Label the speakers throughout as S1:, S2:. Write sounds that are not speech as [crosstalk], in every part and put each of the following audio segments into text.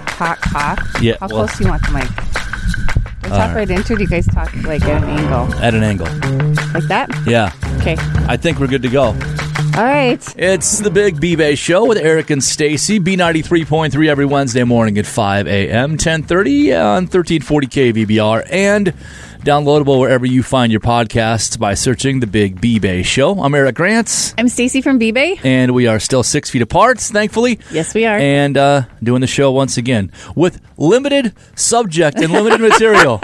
S1: talk?
S2: Yeah,
S1: How
S2: well- uh,
S1: close do you want the mic? Do you talk right. into it? Do you guys talk like at an angle?
S2: at an angle.
S1: Like that?
S2: Yeah,
S1: Okay.
S2: I think we're good to go.
S1: All right.
S2: It's the Big B-Bay Show with Eric and Stacy. B93.3 every Wednesday morning at 5 a.m., 1030 on 1340K VBR, and downloadable wherever you find your podcasts by searching the Big B-Bay Show. I'm Eric Grants,
S1: I'm Stacy from B-Bay.
S2: and we are still six feet apart, thankfully.
S1: Yes, we are.
S2: And uh, doing the show once again with limited subject and limited [laughs] material.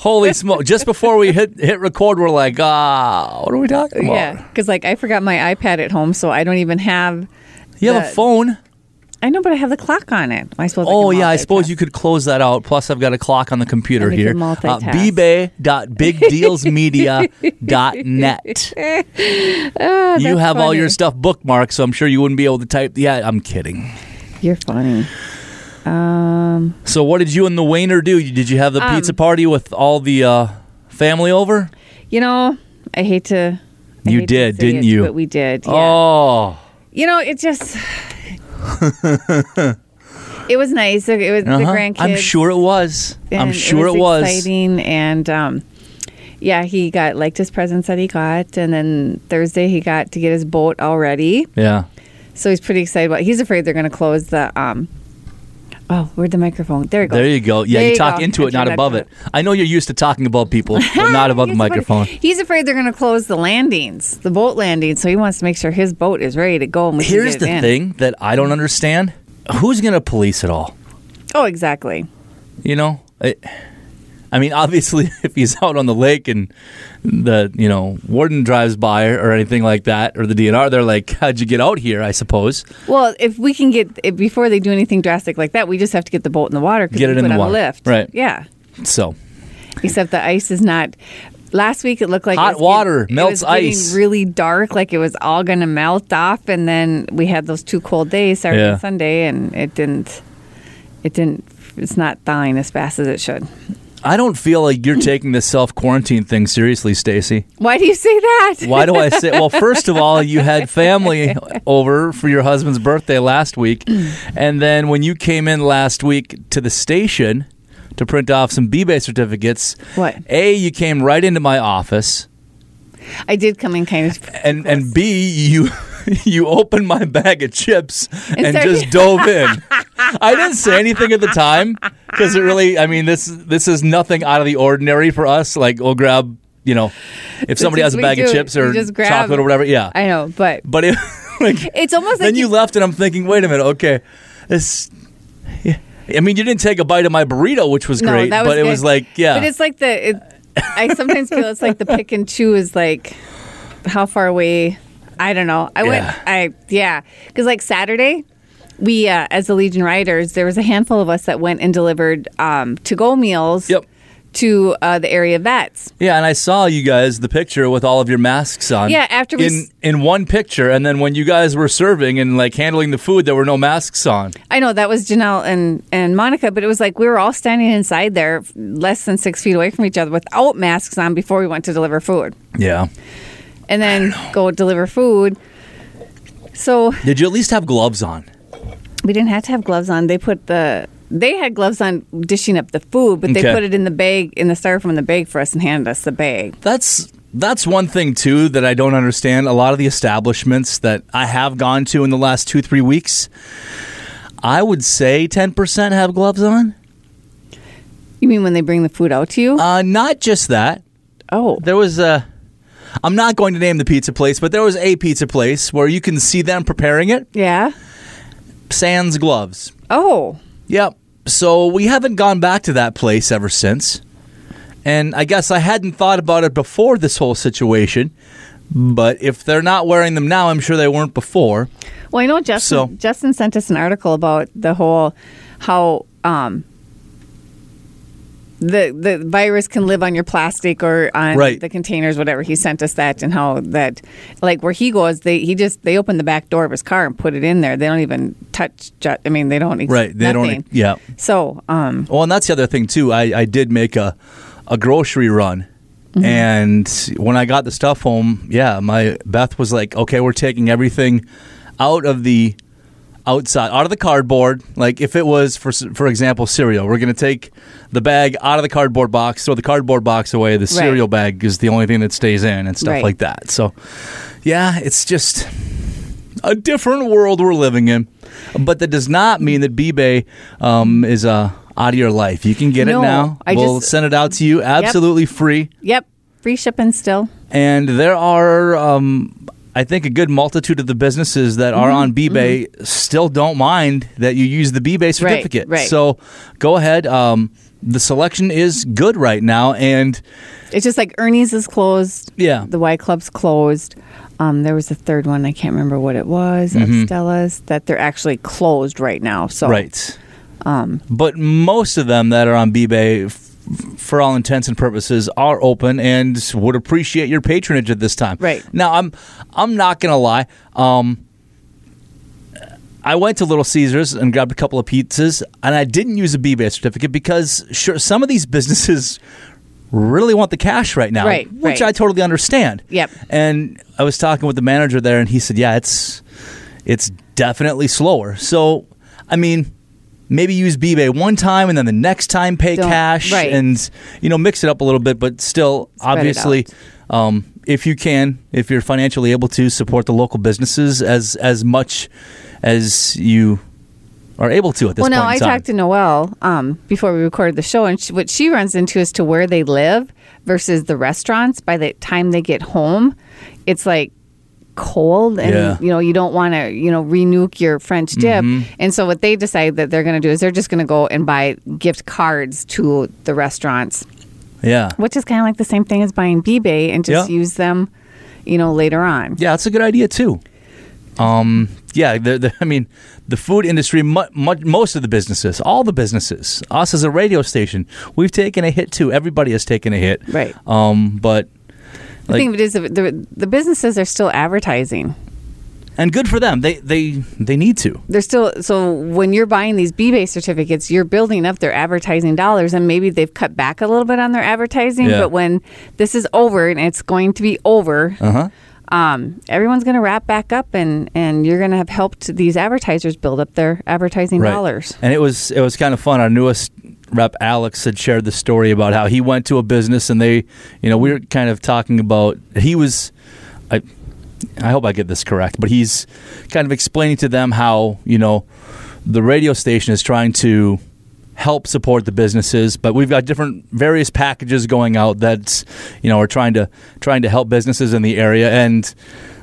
S2: Holy smoke. Just before we hit, hit record, we're like, ah, what are we talking about?
S1: Yeah, because like I forgot my iPad at home, so I don't even have.
S2: You have a
S1: That-
S2: phone.
S1: I know, but I have the clock on it. Am I supposed?
S2: Oh yeah, I suppose you could close that out. Plus, I've got a clock on the computer
S1: And we
S2: here.
S1: can
S2: Uh,
S1: multitask. [laughs]
S2: bbay.bigdealsmedia.net. you have all your
S1: Ah, funny.
S2: stuff bookmarked, so I'm sure you wouldn't be able to type. Yeah, I'm kidding.
S1: You're funny. Um,
S2: So, what did you and the Wayner do? Did you have the pizza party with all the uh, family over?
S1: You know, I hate to. I
S2: You
S1: hate to
S2: did,
S1: say
S2: didn't
S1: it,
S2: you?
S1: But we did. yeah.
S2: Oh,
S1: You know, it
S2: [laughs]
S1: just. it was nice. It was the
S2: uh-huh.
S1: grandkids.
S2: I'm sure it was.
S1: and
S2: I'm sure it was.
S1: exciting and um yeah he got liked his presents that he got and then thursday he got to get his boat already
S2: Yeah.
S1: so he's pretty excited about he's afraid they're going to close the um oh where'd the microphone there it goes
S2: There you go. Yeah,
S1: There
S2: you,
S1: you
S2: talk
S1: go.
S2: into
S1: I
S2: it, not
S1: turned
S2: above
S1: that
S2: it. I know you're used to talking
S1: [laughs]
S2: above people, but not above the
S1: He's afraid-
S2: microphone.
S1: [laughs] he's afraid they're going to close the landings, the boat landings. So he wants to make sure his boat is ready to go. And we can
S2: Here's
S1: get
S2: the
S1: it in.
S2: thing that I don't understand: who's going to police it all?
S1: Oh, exactly.
S2: You know, I, I mean, obviously, [laughs] if he's out on the lake and the you know warden drives by or anything like that, or the DNR, they're like, "How'd you get out here?" I suppose.
S1: Well, if we can get if, before they do anything drastic like that, we just have to get the boat in the water. 'cause
S2: Get
S1: we
S2: it in
S1: put
S2: the
S1: on
S2: water.
S1: A lift.
S2: Right.
S1: Yeah.
S2: So
S1: except the ice is not. Last week it looked like it
S2: Hot
S1: was getting-
S2: water
S1: it was
S2: melts
S1: getting
S2: ice.
S1: Really dark, like it was all going to melt off, and then we had those two cold days, Saturday
S2: Yeah.
S1: and Sunday, and it didn't. It didn't. It's not thawing as fast as it should.
S2: I don't feel like you're taking this self quarantine thing seriously, Stacy.
S1: Why do you say that?
S2: Why do I say? Well, first of all, you had family over for your husband's birthday last week, and then when you came in last week to the station to print off some B-Bay certificates,
S1: What?
S2: A, you came right into my office,
S1: I did come in kind of.
S2: and and B, you [laughs] you opened my bag of chips and,
S1: started-
S2: just dove
S1: [laughs]
S2: in. I didn't say anything at the time because it really, I mean this this is nothing out of the ordinary for us. Like we'll grab. You know, if somebody
S1: is
S2: has a
S1: what
S2: bag
S1: you
S2: of
S1: do.
S2: chips
S1: You
S2: or
S1: just grab-
S2: chocolate or whatever, yeah.
S1: I know, but
S2: But it, [laughs] like,
S1: it's almost like
S2: then you left, and I'm thinking, wait a minute, okay, this. yeah. I mean, you didn't take a bite of my burrito, which was
S1: no,
S2: great,
S1: that was
S2: but it
S1: good.
S2: was like, yeah,
S1: But it's like the. It, I sometimes feel it's like the pick and chew is like, how far away? I don't know. I
S2: Yeah.
S1: went. I yeah, because like Saturday, we uh, as the Legion Riders, there was a handful of us that went and delivered um, to-go meals.
S2: Yep.
S1: To uh, the area vets.
S2: yeah. And I saw you guys the picture with all of your masks on.
S1: Yeah, after we
S2: in
S1: s-
S2: in one picture, and then when you guys were serving and like handling the food, there were no masks on.
S1: I know that was Janelle and, and Monica, but it was like we were all standing inside there, less than six feet away from each other, without masks on before we went to deliver food,
S2: Yeah.
S1: and then go deliver food. So
S2: Did you at least have gloves on?
S1: we didn't have to have gloves on. They put the they had gloves on dishing up the food, but they
S2: Okay.
S1: put it in the bag in the styrofoam in the bag for us and handed us the bag.
S2: That's that's one thing too that I don't understand. A lot of the establishments that I have gone to in the last two three weeks, I would say ten percent have gloves on.
S1: You mean when they bring the food out to you?
S2: Uh, not just that.
S1: oh,
S2: There was a. I'm not going to name the pizza place, but there was a pizza place where you can see them preparing it.
S1: yeah.
S2: Sans gloves.
S1: Oh,
S2: Yep. So we haven't gone back to that place ever since. And I guess I hadn't thought about it before this whole situation. But if they're not wearing them now, I'm sure they weren't before.
S1: well, I know Justin.
S2: So-
S1: Justin sent us an article about the whole how um the the virus can live on your plastic or on
S2: Right.
S1: the containers, whatever. He sent us that and how that like where he goes, they he just they open the back door of his car and put it in there. They don't even touch. ju- I mean, they don't. ex-
S2: Right. They
S1: nothing.
S2: don't. e-, Yeah.
S1: So, um,
S2: Well, and that's the other thing too. I, I did make a a grocery run, and when I got the stuff home, yeah, my Beth was like, "Okay, we're taking everything out of the outside, out of the cardboard. Like if it was for for example cereal, we're going to take the bag out of the cardboard box, throw the cardboard box away. The cereal bag is the only thing that stays in and stuff
S1: Right.
S2: like that. So, yeah, it's just a different world we're living in, but that does not mean that b um, is uh, out of your life. You can get
S1: No,
S2: it now.
S1: I
S2: we'll
S1: just-
S2: send it out to you absolutely free.
S1: Yep. Free shipping still.
S2: And there are, um, I think, a good multitude of the businesses that
S1: Mm-hmm.
S2: are on B-Bay still don't mind that you use the B-Bay certificate.
S1: right.
S2: So go ahead. Um, the selection is good right now. And
S1: It's just like Ernie's is closed.
S2: Yeah.
S1: The Y Club's closed. Um, there was a third one. I can't remember what it was. Estella's. That they're actually closed right now. So
S2: Mm-hmm. Right.
S1: Um,
S2: but most of them that are on B-Bay, f- for all intents and purposes, are open and would appreciate your patronage at this time.
S1: Right.
S2: Now, I'm I'm not gonna lie. Um, I went to Little Caesars and grabbed a couple of pizzas, and I didn't use a B-Bay certificate because sure, some of these [laughs] businesses really want the cash right now,
S1: Right,
S2: which
S1: right.
S2: I totally understand.
S1: Yep.
S2: And I was talking with the manager there, and he said, "Yeah, it's it's definitely slower." So, I mean, maybe use B-Bay one time, and then the next time pay
S1: Don't-
S2: cash,
S1: right.
S2: and you know mix it up a little bit, but still,
S1: Spread it
S2: obviously. Um, if you can, if you're financially able to support the local businesses as as much as you are able to at this
S1: Well,
S2: point
S1: no,
S2: in
S1: I
S2: time.
S1: talked to Noelle um, before we recorded the show, and she, what she runs into is to where they live versus the restaurants. By the time they get home, it's like cold, and
S2: Yeah. Mm-hmm.
S1: you know you don't want to you know renuke your French dip. And so what they decide that they're going to do is they're just going to go and buy gift cards to the restaurants,
S2: yeah,
S1: which is kind of like the same thing as buying B-Bay and just
S2: Yeah.
S1: use them, you know, later on.
S2: Yeah, that's a good idea too. Um, yeah, the, the, I mean, the food industry, mu- mu- most of the businesses, all the businesses, us as a radio station, we've taken a hit too. Everybody has taken a hit,
S1: Right.
S2: Um, but
S1: The thing of it is, the- the, the businesses are still advertising.
S2: and good for them. They they they need to.
S1: they're still so when you're buying these b-base certificates you're building up their advertising dollars and maybe they've cut back a little bit on their advertising
S2: Yeah.
S1: but when this is over and it's going to be over
S2: Uh-huh.
S1: um, everyone's going to wrap back up and and you're going to have helped these advertisers build up their advertising dollars
S2: And it was it was kind of fun. Our newest rep Alex had shared the story about how he went to a business and they, you know, we were kind of talking about he was I I hope I get this correct, but he's kind of explaining to them how, you know, the radio station is trying to help support the businesses, but we've got different various packages going out that's, you know, are trying to trying to help businesses in the area and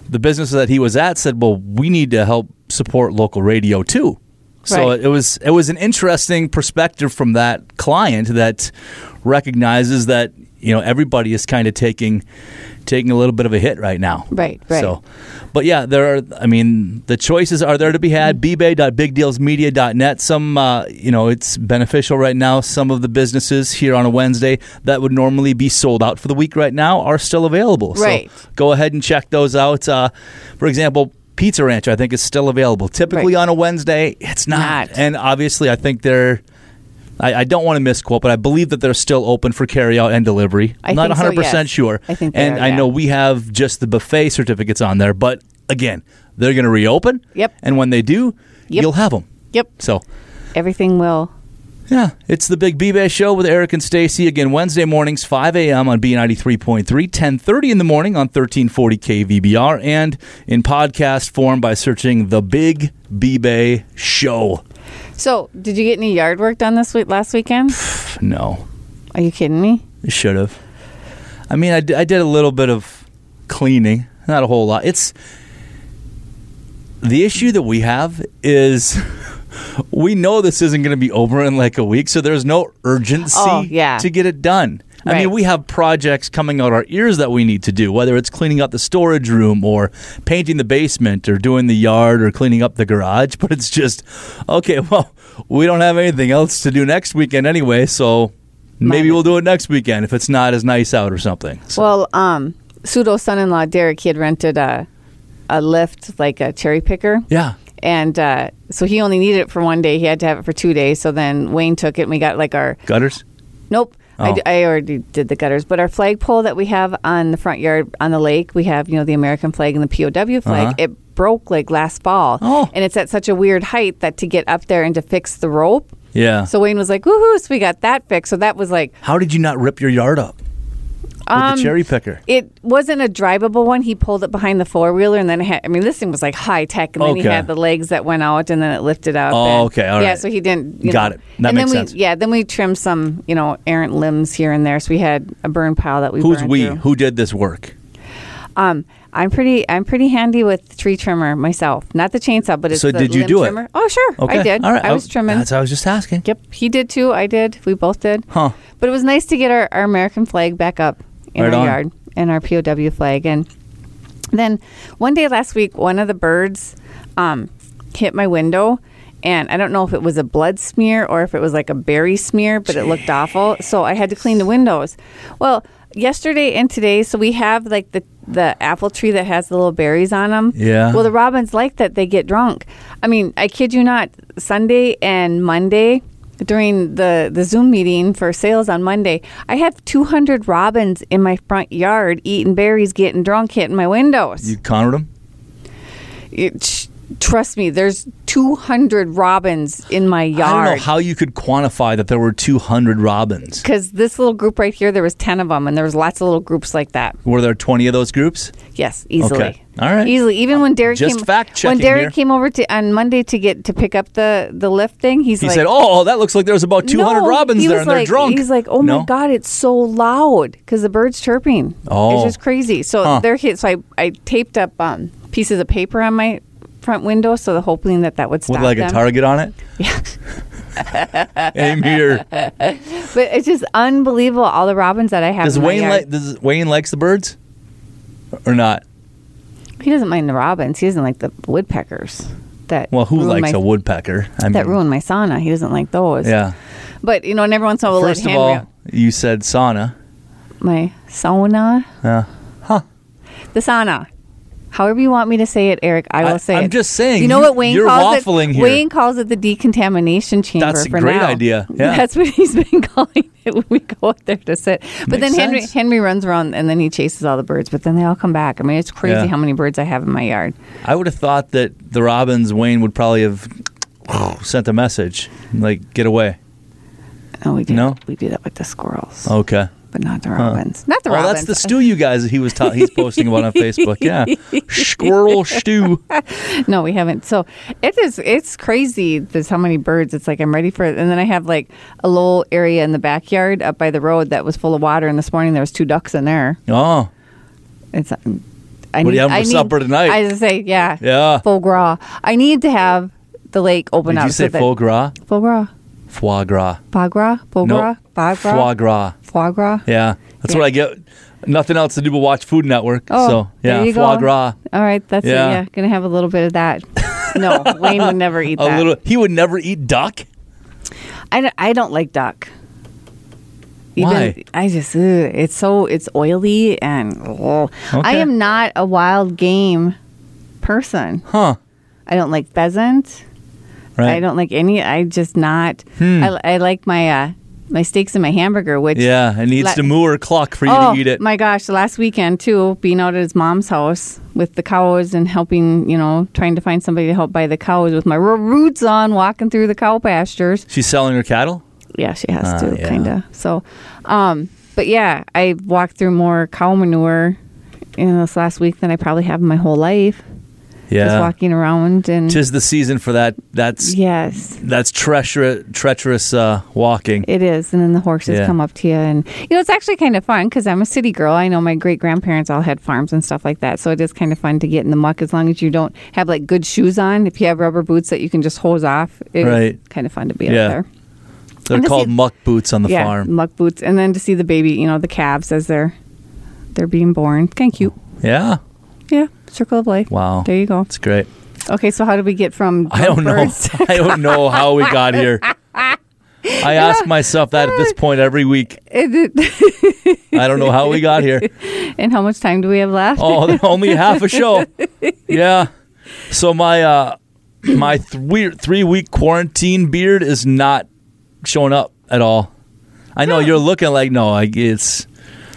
S2: the business that he was at said, "Well, we need to help support local radio too." So
S1: Right.
S2: it was it was an interesting perspective from that client that recognizes that you know everybody is kind of taking taking a little bit of a hit right now.
S1: Right, right.
S2: So, but yeah, there are. I mean, the choices are there to be had. bbay.bigdealsmedia.net. Some uh, you know it's beneficial right now. Some of the businesses here on a Wednesday that would normally be sold out for the week right now are still available.
S1: Right.
S2: So go ahead and check those out. Uh, for example, Pizza Ranch, I think, is still available. Typically
S1: Right.
S2: on a Wednesday, it's not.
S1: Not.
S2: And obviously, I think they're. I, I don't want to misquote, but I believe that they're still open for carryout and delivery.
S1: I
S2: I'm not
S1: think so,
S2: 100%
S1: yes.
S2: sure.
S1: I think they
S2: and
S1: are,
S2: I
S1: yeah.
S2: know we have just the buffet certificates on there, but again, they're going to reopen.
S1: Yep.
S2: And when they do,
S1: Yep.
S2: you'll have them.
S1: yep
S2: So
S1: everything will
S2: yeah, it's the Big B-Bay Show with Eric and Stacy again Wednesday mornings, 5 a.m. on B93.3, 1030 in the morning on 1340 KVBR, and in podcast form by searching The Big B-Bay Show.
S1: so did you get any yard work done this week last weekend
S2: Pff, No,
S1: are you kidding me
S2: should have. I mean, I, d- I did a little bit of cleaning, not a whole lot. It's the issue that we have is [laughs] we know this isn't going to be over in like a week, so there's no urgency
S1: Oh, yeah.
S2: to get it done. I mean,
S1: Right.
S2: we have projects coming out our ears that we need to do, whether it's cleaning up the storage room or painting the basement or doing the yard or cleaning up the garage. But it's just, okay, [laughs] well, we don't have anything else to do next weekend anyway, so maybe
S1: Might-
S2: we'll do it next weekend if it's not as nice out or something. So,
S1: Well, um, pseudo son-in-law Derek, he had rented a a lift, like a cherry picker,
S2: yeah.
S1: and uh, so he only needed it for one day. He had to have it for two days. So then Wayne took it, and we got like our
S2: Gutters?
S1: nope. I
S2: Oh.
S1: d I I, already did the gutters, but our flagpole that we have on the front yard on the lake, we have you know the American flag and the POW flag.
S2: Uh-huh.
S1: It broke like last fall.
S2: Oh.
S1: And it's at such a weird height that to get up there and to fix the rope.
S2: Yeah.
S1: So Wayne was like, woohoo, so we got that fixed. So that was like, um,
S2: How did you not rip your yard up with the cherry picker?
S1: it wasn't a drivable one. He pulled it behind the four wheeler, and then it had, I mean, this thing was like high tech, and then he
S2: Okay.
S1: had the legs that went out, and then it lifted up.
S2: Oh,
S1: and-
S2: okay, all
S1: yeah,
S2: right.
S1: so he didn't. you
S2: Got
S1: know.
S2: it. That
S1: and then
S2: makes
S1: we,
S2: sense.
S1: Yeah, then we trimmed some, you know, errant limbs here and there. So we had a burn pile that we.
S2: Who's
S1: burned
S2: we?
S1: through.
S2: Who did this work?
S1: Um, I'm pretty. I'm pretty handy with tree trimmer myself. Not the chainsaw, but it's
S2: So
S1: the
S2: did you
S1: limb
S2: do it?
S1: trimmer. Oh, sure. I did.
S2: All right. Oh,
S1: I was trimming.
S2: That's I was just asking.
S1: Yep, he did too. I did. We both did.
S2: Huh.
S1: But it was nice to get our, our American flag back up in
S2: Right
S1: our
S2: on.
S1: yard and our POW flag. And then one day last week, one of the birds um, hit my window. And I don't know if it was a blood smear or if it was like a berry smear, but it looked awful. So I had to clean the windows. Well, yesterday and today, so we have like the the apple tree that has the little berries on them.
S2: Yeah.
S1: Well, the robins like that they get drunk i mean i kid you not sunday and monday during the the zoom meeting for sales on monday i have 200 robins in my front yard eating berries getting drunk hitting my windows
S2: You counted them?
S1: It- sh- trust me there's 200 robins in my
S2: I don't
S1: yard
S2: know how you could quantify that there were 200 robins.
S1: because this little group right here there was 10 of them and there was lots of little groups like that
S2: Were there 20 of those groups?
S1: Yes, easily.
S2: Okay. All right.
S1: Easily. Even when Derek
S2: Just
S1: came when
S2: fact-checking
S1: Derek
S2: here.
S1: came over to on Monday to get to pick up the the lift thing, he's
S2: He
S1: like
S2: said, "Oh, that looks like there was about 200
S1: no,
S2: robins
S1: he
S2: there,
S1: was
S2: and
S1: like,
S2: they're drunk."
S1: He's like, "Oh
S2: No?
S1: my god, it's so loud because the birds chirping.
S2: Oh.
S1: it's just crazy." So
S2: Huh.
S1: they're hit. So I I taped up um, pieces of paper on my front window, so the hoping that that would stop
S2: with like
S1: them.
S2: a
S1: [laughs]
S2: target on it. Yeah. Aim here.
S1: but it's just unbelievable all the robins that I have.
S2: Does
S1: in my
S2: Wayne
S1: yard.
S2: like? Does Wayne likes the birds, or not?
S1: He doesn't mind the robins. He doesn't like the woodpeckers. That
S2: Well, who
S1: ruin
S2: likes
S1: my,
S2: a woodpecker? I mean,
S1: that ruined my sauna? He doesn't like those.
S2: Yeah.
S1: But you know, and every once in a while, we'll
S2: First
S1: let
S2: of
S1: Henry
S2: all,
S1: out
S2: you said sauna.
S1: my sauna,
S2: Uh,
S1: the sauna. However you want me to say it, Eric, I will
S2: I-
S1: say
S2: I'm
S1: it.
S2: just saying,
S1: You know what Wayne
S2: you're
S1: calls
S2: waffling
S1: it?
S2: here.
S1: Wayne calls it the decontamination chamber.
S2: That's a
S1: for
S2: great
S1: now. [laughs]
S2: idea. Yeah.
S1: That's what he's been [laughs] calling it when we go out there to sit. But
S2: Makes
S1: then Henry
S2: sense.
S1: Henry runs around and then he chases all the birds. But then they all come back. I mean, it's crazy
S2: Yeah.
S1: how many birds I have in my yard.
S2: I would have thought that the robins Wayne would probably have sent a message like get away.
S1: Oh, we do.
S2: No?
S1: we do that with the squirrels,
S2: Okay.
S1: but not the robins. Not the
S2: Oh,
S1: robins.
S2: that's the stew you guys he was ta- he's posting about on Facebook.
S1: [laughs]
S2: Yeah, squirrel stew. Oh,
S1: No, we haven't. So it is. It's crazy. There's how many birds. It's like I'm ready for it. And then I have like a little area in the backyard up by the road that was full of water. And this morning there was two ducks in there.
S2: Oh,
S1: It's. I
S2: What do
S1: need,
S2: you having
S1: I
S2: for
S1: need-
S2: supper tonight?
S1: I just say yeah.
S2: Yeah.
S1: Foie gras. I need to have the lake open
S2: did
S1: up.
S2: you say
S1: that-
S2: foie gras?
S1: Foie gras.
S2: Foie gras.
S1: Foie gras. Foie
S2: No,
S1: gras. Foie gras.
S2: foie gras.
S1: Foie gras.
S2: Yeah, that's
S1: Yeah.
S2: what I get. Nothing else to do but watch Food Network.
S1: Oh,
S2: so yeah,
S1: there you
S2: foie
S1: go.
S2: gras.
S1: All right, that's
S2: Yeah.
S1: it. Yeah, gonna have a little bit of that.
S2: [laughs]
S1: No, Wayne would never eat
S2: A
S1: that.
S2: little. He would never eat duck.
S1: I don't, I don't like duck.
S2: Why?
S1: I just ugh, it's so it's oily and ugh. I
S2: Okay.
S1: am not a wild game person.
S2: Huh?
S1: I don't like pheasant.
S2: Right. Hmm.
S1: I don't like any. I just not. I, I like my uh, my steaks and my hamburger, which
S2: Yeah, it needs
S1: Let-
S2: to moo or cluck for you
S1: oh
S2: to eat it.
S1: my gosh! the Last weekend too, being out at his mom's house with the cows and helping, you know, trying to find somebody to help buy the cows with my r- roots on, walking through the cow pastures.
S2: She's selling her cattle.
S1: Yeah, she has
S2: Ah,
S1: to,
S2: yeah.
S1: kind of. So, um, but yeah, I walked through more cow manure in this last week than I probably have in my whole life. Just
S2: Yeah.
S1: walking around and
S2: Tis the season for that. That's
S1: yes,
S2: that's treacherous, treacherous uh, walking.
S1: it is. And then the horses
S2: Yeah.
S1: come up to you, and you know it's actually kind of fun because I'm a city girl. I know my great grandparents all had farms and stuff like that, so it is kind of fun to get in the muck as long as you don't have like good shoes on. If you have rubber boots that you can just hose off, it's
S2: Right.
S1: kind of fun to be
S2: Yeah.
S1: out there.
S2: They're
S1: And to
S2: called
S1: see-
S2: muck boots on the
S1: yeah,
S2: farm.
S1: muck boots, and then to see the baby, you know, the calves as they're they're being born. Kind of cute.
S2: Yeah.
S1: Yeah, circle of life.
S2: Wow.
S1: There you go.
S2: It's great.
S1: Okay, so how do we get from
S2: I don't know. [laughs]
S1: birds-
S2: I don't know how we got here.
S1: [laughs]
S2: I ask myself that at this point every week. I don't know how we
S1: [laughs]
S2: got here.
S1: and how much time do we have left?
S2: Oh, only half a show. Yeah. So my uh my three three week quarantine beard is not showing up at all. I know you're looking like no, I it's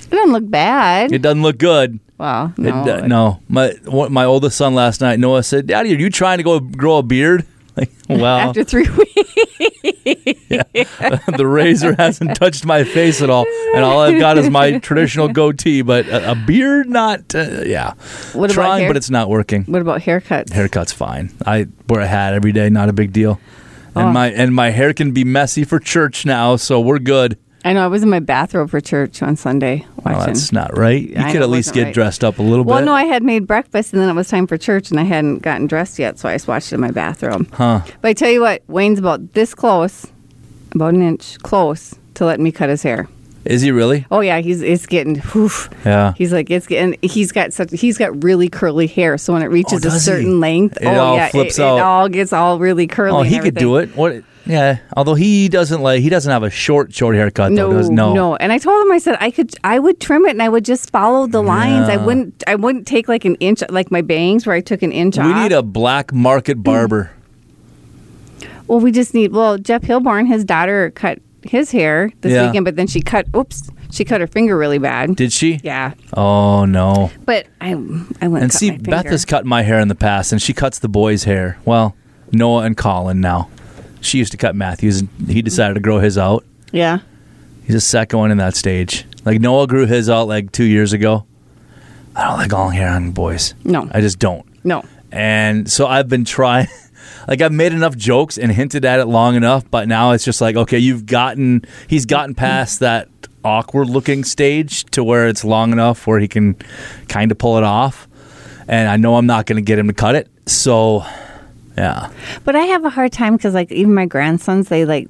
S1: doesn't look bad.
S2: It doesn't look good.
S1: well,
S2: It,
S1: no,
S2: uh, no. My one- my oldest son last night, Noah said, "Daddy, are you trying to go grow a beard?" [laughs] Like, well,
S1: After three [laughs] weeks,
S2: [laughs] the razor
S1: [laughs]
S2: hasn't touched my face at all, and all I've got is my traditional goatee. But a, a beard, not uh, yeah.
S1: What about
S2: trying,
S1: hair?
S2: but it's not working.
S1: what about haircuts?
S2: Haircut's fine. I wear a hat every day, not a big deal. And
S1: Oh.
S2: my and my hair can be messy for church now, so we're good.
S1: I know I was in my bathrobe for church on Sunday watching.
S2: Well, Oh, that's not right. You
S1: I
S2: could
S1: know,
S2: at least
S1: wasn't
S2: get
S1: right.
S2: dressed up a little
S1: well,
S2: bit.
S1: no, I had made breakfast and then it was time for church and I hadn't gotten dressed yet, so I just watched it in my bathroom.
S2: huh?
S1: But I tell you what, Wayne's about this close, about an inch close to letting me cut his hair.
S2: Is he really?
S1: Oh yeah, he's it's getting. Oof.
S2: Yeah.
S1: He's like it's getting. He's got such. He's got really curly hair. So when it reaches a
S2: Oh, does he?
S1: certain length,
S2: It
S1: oh
S2: all
S1: yeah,
S2: flips
S1: it,
S2: out.
S1: it all gets all really curly.
S2: Oh,
S1: and
S2: he could do
S1: everything.
S2: it. What? Yeah. Although he doesn't like he doesn't have a short short haircut.
S1: No,
S2: though, Oh, does,
S1: no,
S2: no,
S1: And I told him, I said I could, I would trim it, and I would just follow the lines. I
S2: Yeah.
S1: wouldn't, I wouldn't take like an inch, like my bangs, where I took an inch
S2: We
S1: off.
S2: need a black
S1: Hmm.
S2: market barber.
S1: well, we just need. Well, Jeff Hilborn, his daughter cut his hair this
S2: Yeah.
S1: weekend, but then she cut. Oops, she cut her finger really bad.
S2: Did she?
S1: yeah,
S2: Oh no.
S1: but I, I wouldn't.
S2: And
S1: cut
S2: see,
S1: my
S2: Beth
S1: finger.
S2: has cut my hair in the past, and she cuts the boys' hair. Well, Noah and Colin now. She used to cut Matthews, and he decided to grow his out.
S1: yeah.
S2: He's the second one in that stage. Like Noah grew his out like two years ago. I don't like long hair on boys.
S1: No.
S2: I just don't.
S1: No.
S2: And so I've been trying, [laughs] like I've made enough jokes and hinted at it long enough, but now it's just like, okay, you've gotten, he's gotten past that awkward looking stage to where it's long enough where he can kind of pull it off. And I know I'm not going to get him to cut it. So, yeah.
S1: But I have a hard time because, like, even my grandsons, they like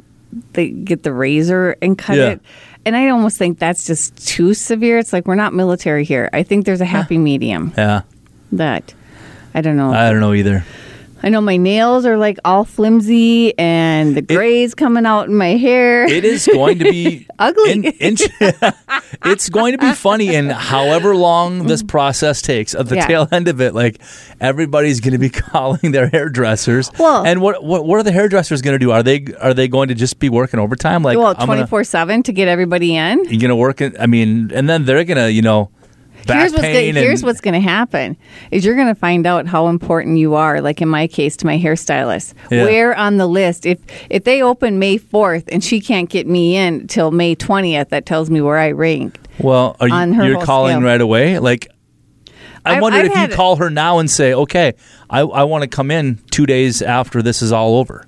S1: they get the razor and cut
S2: Yeah.
S1: it, and I almost think that's just too severe. It's like we're not military here. I think there's a happy medium
S2: Yeah.
S1: that I don't know.
S2: I don't know either.
S1: I know my nails are like all flimsy and the grays coming out in my hair.
S2: It is going to be
S1: [laughs] Ugly.
S2: in- [laughs] it's going to be funny in however long this process takes. At the
S1: Yeah.
S2: tail end of it, like everybody's going to be [laughs] calling their hairdressers.
S1: Well-
S2: and what what, what are the hairdressers going to do? Are they are they going to just be working overtime? Like
S1: well,
S2: I'm gonna-
S1: twenty four seven to get everybody in.
S2: You going to work? In, I mean, and then they're going to you know back
S1: here's what's
S2: pain.
S1: gonna, here's
S2: and,
S1: what's going to happen is you're going to find out how important you are like in my case to my hairstylist
S2: Yeah.
S1: where on the list if if they open may 4th and she can't get me in till may 20th that tells me where i ranked
S2: well, are you,
S1: on her
S2: you're
S1: whole
S2: calling
S1: scale.
S2: right away? Like. I
S1: I've-
S2: wondered
S1: I've
S2: if
S1: had-
S2: you call her now and say, "Okay, I, I want to come in two days after this is all over."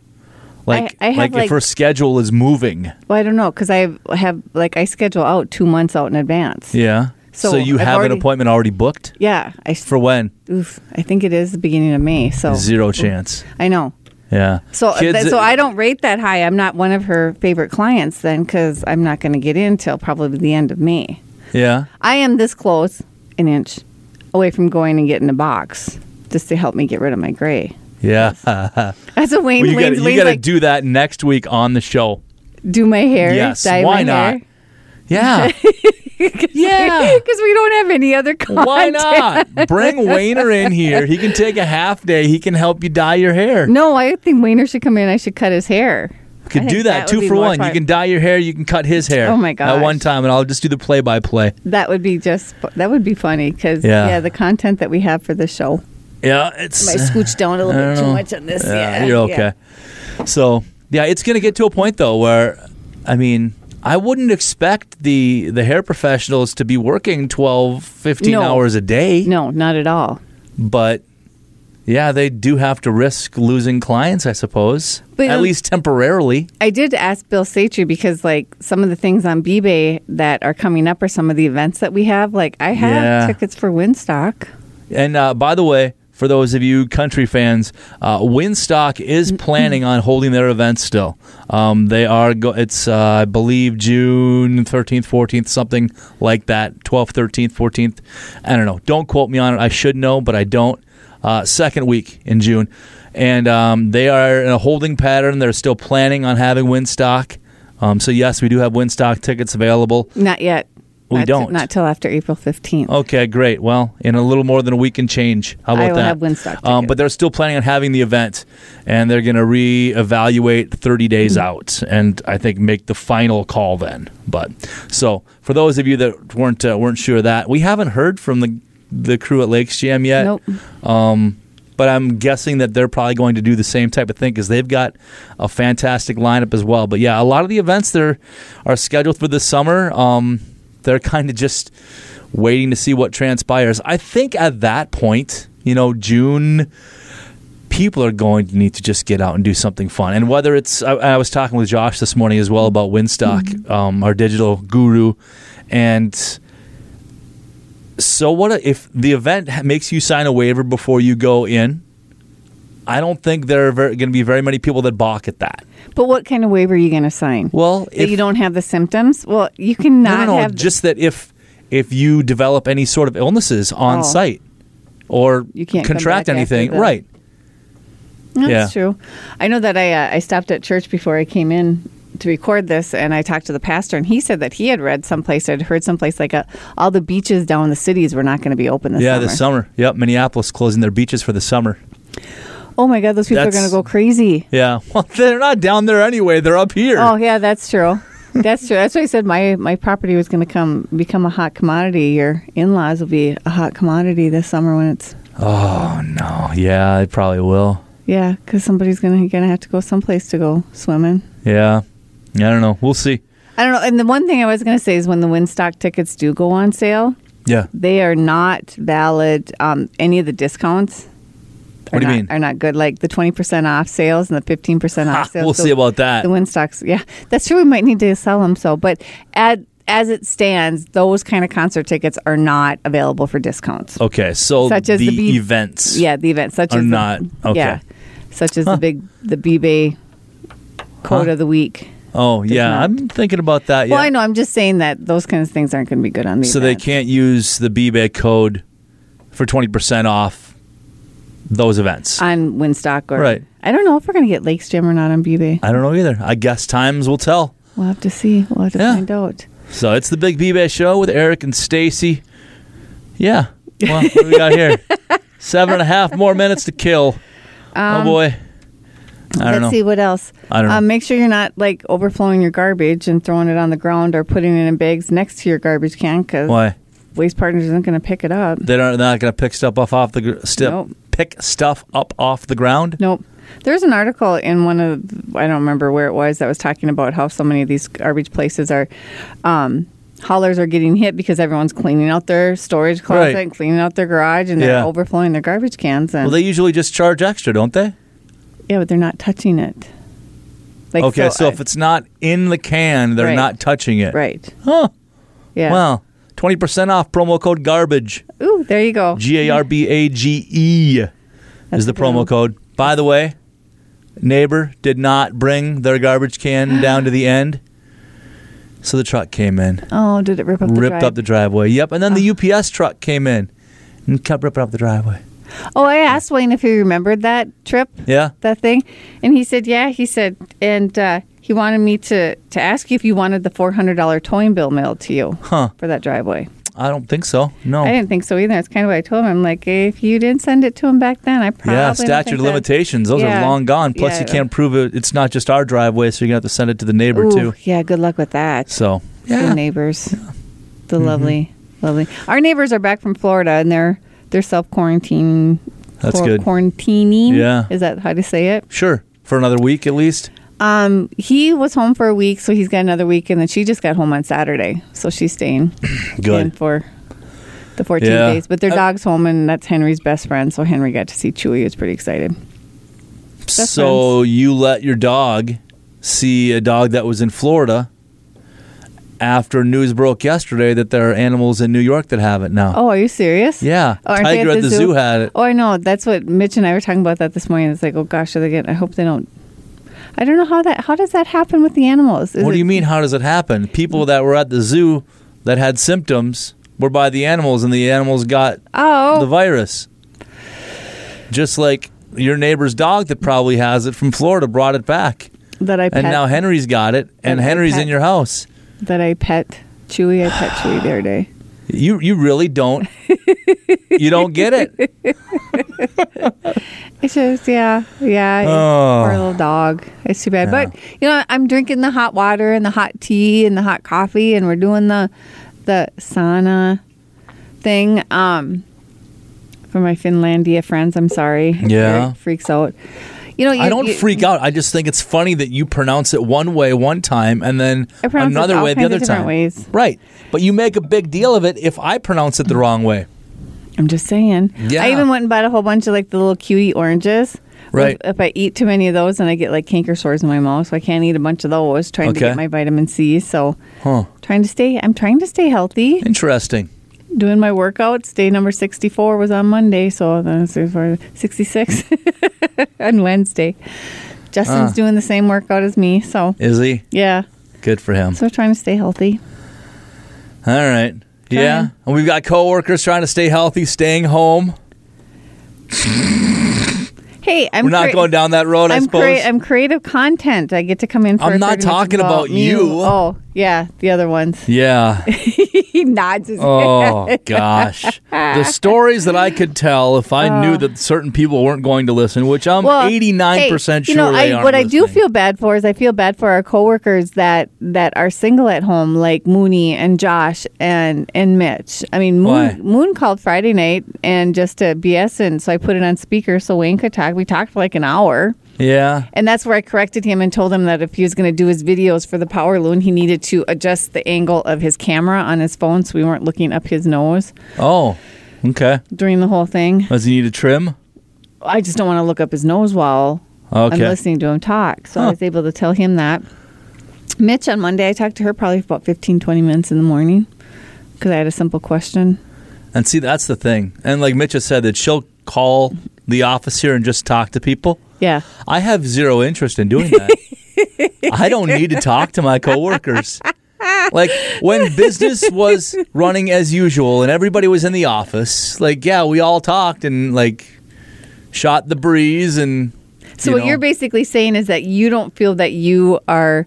S2: Like,
S1: I have,
S2: like, if
S1: like-
S2: her schedule is moving,
S1: well i don't know because i have like i schedule out two months out in advance
S2: Yeah. So,
S1: So
S2: you
S1: I've
S2: have
S1: already-
S2: an appointment already booked
S1: yeah i s-
S2: for when?
S1: oof, i think it is the beginning of may so
S2: Zero chance.
S1: i know
S2: Yeah.
S1: Mm-hmm. so, uh,
S2: Kids- uh,
S1: so I don't rate that high. I'm not one of her favorite clients then because I'm not going to get in till probably the end of May.
S2: Yeah.
S1: I am this close, an inch, away from going and getting a box just to help me get rid of my gray.
S2: Yeah. Uh,
S1: That's a Wayne.
S2: Well, you
S1: Wayne's,
S2: got
S1: Wayne's
S2: to
S1: like, do,
S2: do that next week on the show.
S1: my hair.
S2: Yes,
S1: dye my
S2: why not?
S1: [laughs]
S2: Yeah. yeah.
S1: Because we don't have any other [laughs] content.
S2: Why not? Bring Wayner in here. He can take a half day. He can help you dye your hair.
S1: No, I think Wayner should come in. I should cut his hair.
S2: Could
S1: I
S2: do
S1: think
S2: that,
S1: that would
S2: two
S1: be
S2: for
S1: more
S2: one. You
S1: fun.
S2: can dye your hair. You can cut his hair.
S1: Oh, my
S2: At
S1: gosh.
S2: one time, and I'll just do the play by play.
S1: That would be just that would be funny because
S2: Yeah.
S1: yeah. the content that we have for the show.
S2: Yeah, it's
S1: I scooched down a
S2: I
S1: little bit
S2: don't
S1: too
S2: know.
S1: much on this. Yeah,
S2: you're
S1: yeah.
S2: okay. So yeah, it's going to get to a point though where, I mean, I wouldn't expect the the hair professionals to be working 12, 15
S1: No.
S2: hours a day,
S1: No, not at all.
S2: but yeah, they do have to risk losing clients, I suppose,
S1: But,
S2: at
S1: um,
S2: least temporarily.
S1: I did ask Bill Satry because like some of the things on B-Bay that are coming up are some of the events that we have. Like I have
S2: Yeah.
S1: tickets for Winstock.
S2: And uh, by the way, for those of you country fans, uh, Winstock is planning on holding their event still. Um, they are go- it's uh, I believe June thirteenth, fourteenth, something like that. Twelfth, thirteenth, fourteenth. I don't know. Don't quote me on it. I should know, but I don't. Uh, second week in June, and um, they are in a holding pattern. They're still planning on having Winstock. Um, so yes, we do have Winstock tickets available.
S1: Not yet.
S2: We
S1: That's
S2: don't. Oh,
S1: Not till after April 15th.
S2: Okay, great. Well, in a little more than a week and change. How about
S1: I will
S2: that?
S1: have Winstock
S2: Um,
S1: tickets.
S2: but they're still planning on having the event, and they're going to reevaluate 30 days
S1: Mm-hmm.
S2: out, and I think make the final call then. But so for those of you that weren't uh, weren't sure of that we haven't heard from the the crew at Lakes Jam yet.
S1: Nope.
S2: Um, but I'm guessing that they're probably going to do the same type of thing because they've got a fantastic lineup as well. But yeah, a lot of the events there are scheduled for the summer. Um, they're [laughs] kind of just waiting to see what transpires. I think at that point, you know, June people are going to need to just get out and do something fun. And whether it's, I, I was talking with Josh this morning as well about Winstock, um, our digital guru, and so what if the event ha- makes you sign a waiver before you go in? I don't think there are going to be very many people that balk at that.
S1: But what kind of waiver are you going to sign?
S2: Well,
S1: that
S2: if-
S1: you don't have the symptoms. Well, you cannot
S2: no, no, no.
S1: have.
S2: just that if if you develop any sort of illnesses on
S1: Oh.
S2: site or
S1: You can't come
S2: contract
S1: back after
S2: anything,
S1: the-
S2: right?
S1: No, That's
S2: Yeah.
S1: true. I know that I uh, I stopped at church before I came in to record this, and I talked to the pastor, and he said that he had read someplace, I'd heard someplace like uh all the beaches down in the cities were not going to be open this
S2: yeah,
S1: summer.
S2: this summer. Yep, Minneapolis closing their beaches for the summer.
S1: Oh my God, those people
S2: That's-
S1: are going to go crazy.
S2: Yeah, [laughs] well, they're not down there anyway. They're up here.
S1: Oh yeah, that's true. That's true. That's why I said my my property was going to come become a hot commodity. Your in laws will be a hot commodity this summer when it's
S2: Oh, no, yeah, they probably will.
S1: yeah, because somebody's going to going to have to go someplace to go swimming.
S2: Yeah, I don't know. We'll see.
S1: I don't know. And the one thing I was going to say is when the Winstock tickets do go on sale,
S2: Yeah,
S1: they are not valid. Um, any of the discounts. Are
S2: What do you
S1: not,
S2: mean?
S1: Are not good. Like the twenty percent off sales and the fifteen percent off
S2: Ha,
S1: sales.
S2: Ah, [laughs] we'll see about that.
S1: The Winstocks. Yeah, that's true. We might need to sell them. So, but at, as it stands, those kind of concert tickets are not available for discounts.
S2: Okay, so
S1: Such as
S2: the,
S1: the bee-
S2: events.
S1: Yeah, the events such
S2: Are
S1: as
S2: not-
S1: The,
S2: okay.
S1: Yeah, such as
S2: Huh.
S1: the big the B-Bay quote
S2: Huh.
S1: of the week.
S2: Oh, yeah.
S1: not.
S2: I'm thinking about that. Yeah.
S1: Well, I know. I'm just saying that those kinds of things aren't going to be good on the
S2: so they
S1: events.
S2: can't use the BBA code for 20% off those events. I,
S1: on Winstock or
S2: Right.
S1: I don't know if we're going to get Lakes Jam or not on B-Bay.
S2: don't know either. I guess times will tell.
S1: We'll have to see. We'll have to
S2: Yeah.
S1: find out.
S2: So it's the Big BBA show with Eric and Stacy. Yeah. Well, what do we
S1: [laughs]
S2: got here? Seven and a half more minutes to kill. oh, boy. I
S1: Um, Let's
S2: don't know.
S1: see what else.
S2: I don't know.
S1: Um, make sure you're not like overflowing your garbage and throwing it on the ground or putting it in bags next to your garbage can because
S2: Why?
S1: Waste Partners isn't going to pick it up.
S2: They don't, they're not going to pick stuff up off the gr- sti-
S1: Nope.
S2: pick stuff up off the ground.
S1: Nope. There's an article in one of I don't remember where it was that was talking about how so many of these garbage places are um, haulers are getting hit because everyone's cleaning out their storage closet
S2: Right.
S1: and cleaning out their garage and they're
S2: Yeah.
S1: overflowing their garbage cans and
S2: Well, they usually just charge extra, don't they?
S1: yeah, but they're not touching it. Like,
S2: okay, so,
S1: I-
S2: if it's not in the can, they're
S1: Right.
S2: not touching it.
S1: right,
S2: Huh.
S1: yeah.
S2: Wow. 20% off promo code GARBAGE.
S1: Ooh, there you go.
S2: G A R B A G E is
S1: That's
S2: the
S1: a good one.
S2: promo code. By the way, neighbor did not bring their garbage
S1: [gasps]
S2: can down to the end. So the truck came in,
S1: Oh, did it rip up? The
S2: ripped
S1: drive?
S2: up the driveway. Yep. And then the UPS truck came in and kept ripping up the driveway.
S1: Oh, I asked Wayne if he remembered that trip,
S2: Yeah.
S1: that thing, and he said, "Yeah." He said, and uh, he wanted me to to ask you if you wanted the four hundred dollar towing bill mailed to you
S2: Huh. Oh.
S1: for that driveway.
S2: I don't think so. No.
S1: I didn't think so either. That's kind of what I told him. I'm like, if you didn't send it to him back then, I probably
S2: Yeah,
S1: don't
S2: statute
S1: think
S2: of
S1: that-
S2: limitations. Those
S1: Yeah.
S2: are long gone. Plus,
S1: Yeah,
S2: you
S1: I-
S2: can't prove it. It's not just our driveway, so you're gonna have to send it to the neighbor
S1: Ooh,
S2: too.
S1: Yeah, good luck with that.
S2: So
S1: The neighbors, the
S2: Mm-hmm.
S1: lovely, lovely. Our neighbors are back from Florida, and they're they're self quarantining.
S2: That's good.
S1: Quarantining.
S2: Yeah.
S1: is that how to say it?
S2: sure for another week at least.
S1: Um, he was home for a week, so he's got another week, and then she just got home on Saturday, so she's staying in
S2: Good.
S1: for the 14
S2: Yeah.
S1: days. But their
S2: Uh,
S1: dog's home, and that's Henry's best friend, so Henry got to see Chewy. He was pretty excited.
S2: So you let your dog see a dog that was in Florida after news broke yesterday that there are animals in New York that have it now.
S1: Oh, are you serious?
S2: Yeah,
S1: Oh, aren't they
S2: tiger at the zoo had it.
S1: Oh, I know. That's what Mitch and I were talking about that this morning. It's like, oh gosh, are they getting? I hope they don't. I don't know how that. How does that happen with the animals? Is
S2: what
S1: it-
S2: do you mean? How does it happen? People that were at the zoo that had symptoms were by the animals, and the animals got
S1: Oh,
S2: the virus. Just like your neighbor's dog that probably has it from Florida brought it back.
S1: that I pet.
S2: And now Henry's got it, and
S1: And I
S2: Henry's
S1: pet-
S2: in your house.
S1: that I pet Chewy, I pet Chewy the other day.
S2: You you
S1: [laughs]
S2: really don't. you don't get it.
S1: It's just, yeah, yeah. it's
S2: Oh.
S1: Poor little dog. It's too bad. But you know, I'm drinking the hot water and the hot tea and the hot coffee, and we're doing the the sauna thing. Um, for my Finlandia friends, I'm sorry.
S2: Yeah.
S1: Eric freaks out. You know, you,
S2: I don't
S1: you-
S2: freak out. I just think it's funny that you pronounce it one way one time and then
S1: I pronounce it
S2: another
S1: all
S2: way the
S1: kinds of
S2: other
S1: different
S2: time.
S1: ways.
S2: Right. But you make a big deal of it if I pronounce it the wrong way.
S1: I'm just saying.
S2: Yeah.
S1: I even went and bought a whole bunch of like the little cutie oranges.
S2: Right.
S1: If, if I eat too many of those, then I get like canker sores in my mouth, so I can't eat a bunch of those. Trying to
S2: Okay.
S1: get my vitamin C. So
S2: Huh.
S1: trying to stay. I'm trying to stay healthy.
S2: Interesting.
S1: Doing my workouts. Day number 64 was on Monday, so that's 66 [laughs] on Wednesday. Justin's
S2: Ah.
S1: doing the same workout as me, so
S2: Is he?
S1: yeah.
S2: Good for him.
S1: So trying to stay healthy.
S2: All right. Yeah. And we've got coworkers trying to stay healthy, staying home.
S1: Hey, I'm
S2: We're not
S1: crea-
S2: going down that road, I
S1: I'm,
S2: suppose.
S1: crea- I'm creative content. I get to come in. For
S2: I'm
S1: a
S2: not
S1: 30 minutes
S2: talking about you.
S1: Oh yeah, the other ones.
S2: yeah.
S1: [laughs] he nods his
S2: Oh gosh.
S1: [laughs]
S2: The stories that I could tell if I knew that certain people weren't going to listen, which I'm
S1: Oh.
S2: [laughs]
S1: Well,
S2: 89%
S1: hey,
S2: sure
S1: you know,
S2: they
S1: I,
S2: aren't
S1: what I do
S2: listening.
S1: feel bad for is I feel bad for our coworkers that that are single at home, like Mooney and Josh and and Mitch. I mean,
S2: Why?
S1: Moon, Moon called Friday night and just to BS, and so I put it on speaker so Wayne could talk. We talked for like an hour.
S2: Yeah.
S1: And that's where I corrected him and told him that if he was going to do his videos for the power loon, he needed to adjust the angle of his camera on his phone so we weren't looking up his nose
S2: Oh. Okay.
S1: during the whole thing.
S2: Does he need a trim?
S1: I just don't want to look up his nose while I'm
S2: Okay.
S1: listening to him talk. So
S2: Huh.
S1: I was able to tell him that. Mitch on Monday, I talked to her probably for about 15, 20 minutes in the morning because I had a simple question.
S2: And see, that's the thing. And like Mitch has said, that she'll call the office here and just talk to people.
S1: Yeah.
S2: I have zero interest in doing that.
S1: [laughs]
S2: I don't need to talk to my coworkers. Like when business was running as usual and everybody was in the office, like yeah, we all talked and like shot the breeze and
S1: So
S2: you
S1: what
S2: know.
S1: you're basically saying is that you don't feel that you are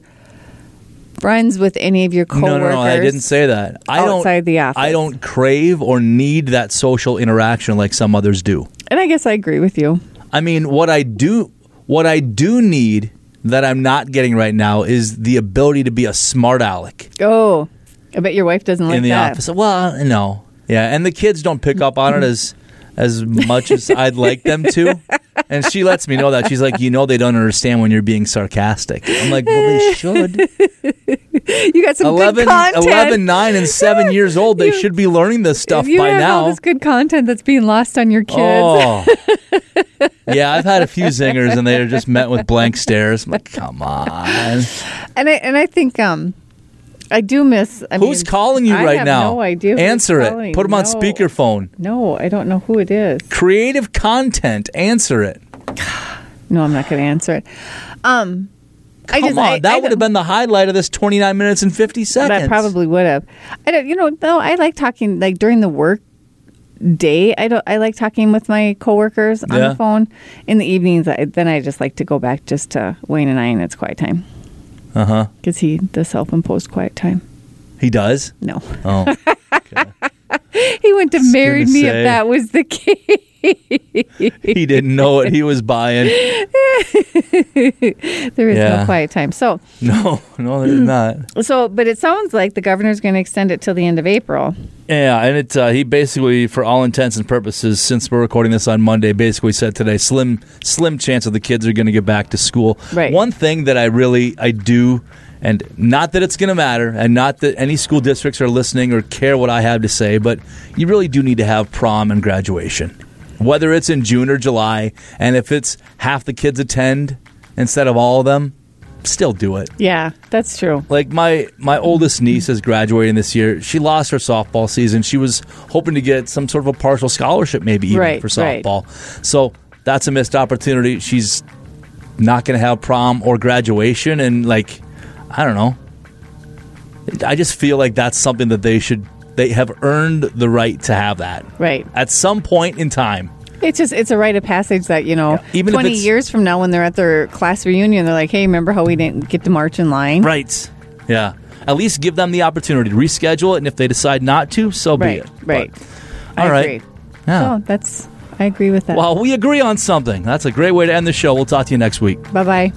S1: friends with any of your
S2: no,
S1: coworkers.
S2: no, no, I didn't say that. I don't
S1: outside the office.
S2: I don't crave or need that social interaction like some others do.
S1: And I guess I agree with you.
S2: I mean, what I do, what I do need that I'm not getting right now is the ability to be a smart aleck
S1: Oh, I bet your wife doesn't like
S2: in the
S1: that.
S2: office. Well, no, yeah, and the kids don't pick up on it as as much as I'd like them to. And she lets me know that she's like, you know, they don't understand when you're being sarcastic. I'm like,
S1: [laughs]
S2: well, they should.
S1: You got some
S2: 11,
S1: good content.
S2: 11, 9, and seven years old, they should be learning this stuff
S1: if you
S2: by
S1: have
S2: now.
S1: all this good content that's being lost on your kids.
S2: Oh.
S1: [laughs]
S2: yeah, I've had a few zingers and they are just met with blank stares. I'm like, come on.
S1: And I and I think um I do miss I
S2: Who's
S1: mean,
S2: calling you
S1: I
S2: right
S1: have
S2: now?
S1: No idea. who's
S2: Answer
S1: calling.
S2: it. Put them on
S1: No.
S2: speakerphone.
S1: No, I don't know who it is.
S2: Creative content. Answer it.
S1: No, I'm not going to answer it. Um I
S2: Come
S1: just,
S2: on.
S1: I-
S2: that
S1: I
S2: would
S1: don't-
S2: have been the highlight of this 29 minutes and 50 seconds.
S1: That probably would have. I don't. You know, though. I like talking like during the work day. I don't. I like talking with my coworkers on
S2: Yeah.
S1: the phone in the evenings. I, then I just like to go back just to Wayne and I, and it's quiet time
S2: Uh huh.
S1: because he the self-imposed quiet time.
S2: He does.
S1: No, [laughs]
S2: Oh.
S1: he went to marry
S2: gonna
S1: me
S2: say.
S1: if that was the [laughs] case.
S2: he didn't know what he was buying.
S1: There is
S2: Yeah.
S1: no quiet time. So,
S2: No, no, there's not.
S1: so, but it sounds like the governor's going to extend it till the end of April.
S2: Yeah, and it uh, he basically, for all intents and purposes, since we're recording this on Monday, basically said today, slim slim chance of the kids are going to get back to school.
S1: Right.
S2: One thing that I really I do, and not that it's going to matter, and not that any school districts are listening or care what I have to say, but you really do need to have prom and graduation, whether it's in June or July, and if it's half the kids attend instead of all of them, still do it
S1: Yeah, that's true.
S2: like my my oldest niece is graduating this year. She lost her softball season. She was hoping to get some sort of a partial scholarship, maybe even
S1: Right,
S2: for
S1: right.
S2: softball. So that's a missed opportunity. She's not going to have prom or graduation, and like I don't know. I just feel like that's something that they should they have earned the right to have that
S1: Right.
S2: at some point in time.
S1: It's just it's a rite of passage that you know.
S2: Even if
S1: twenty
S2: it's-
S1: years from now, when they're at their class reunion, they're like, "Hey, remember how we didn't get to march in line?"
S2: Right. Yeah. at least give them the opportunity to reschedule it. And if they decide not to, so
S1: Right,
S2: be it.
S1: right.
S2: But- all
S1: I
S2: right.
S1: agree.
S2: Yeah.
S1: Oh, that's I agree with that.
S2: Well, we agree on something. That's a great way to end the show. We'll talk to you next week.
S1: bye bye.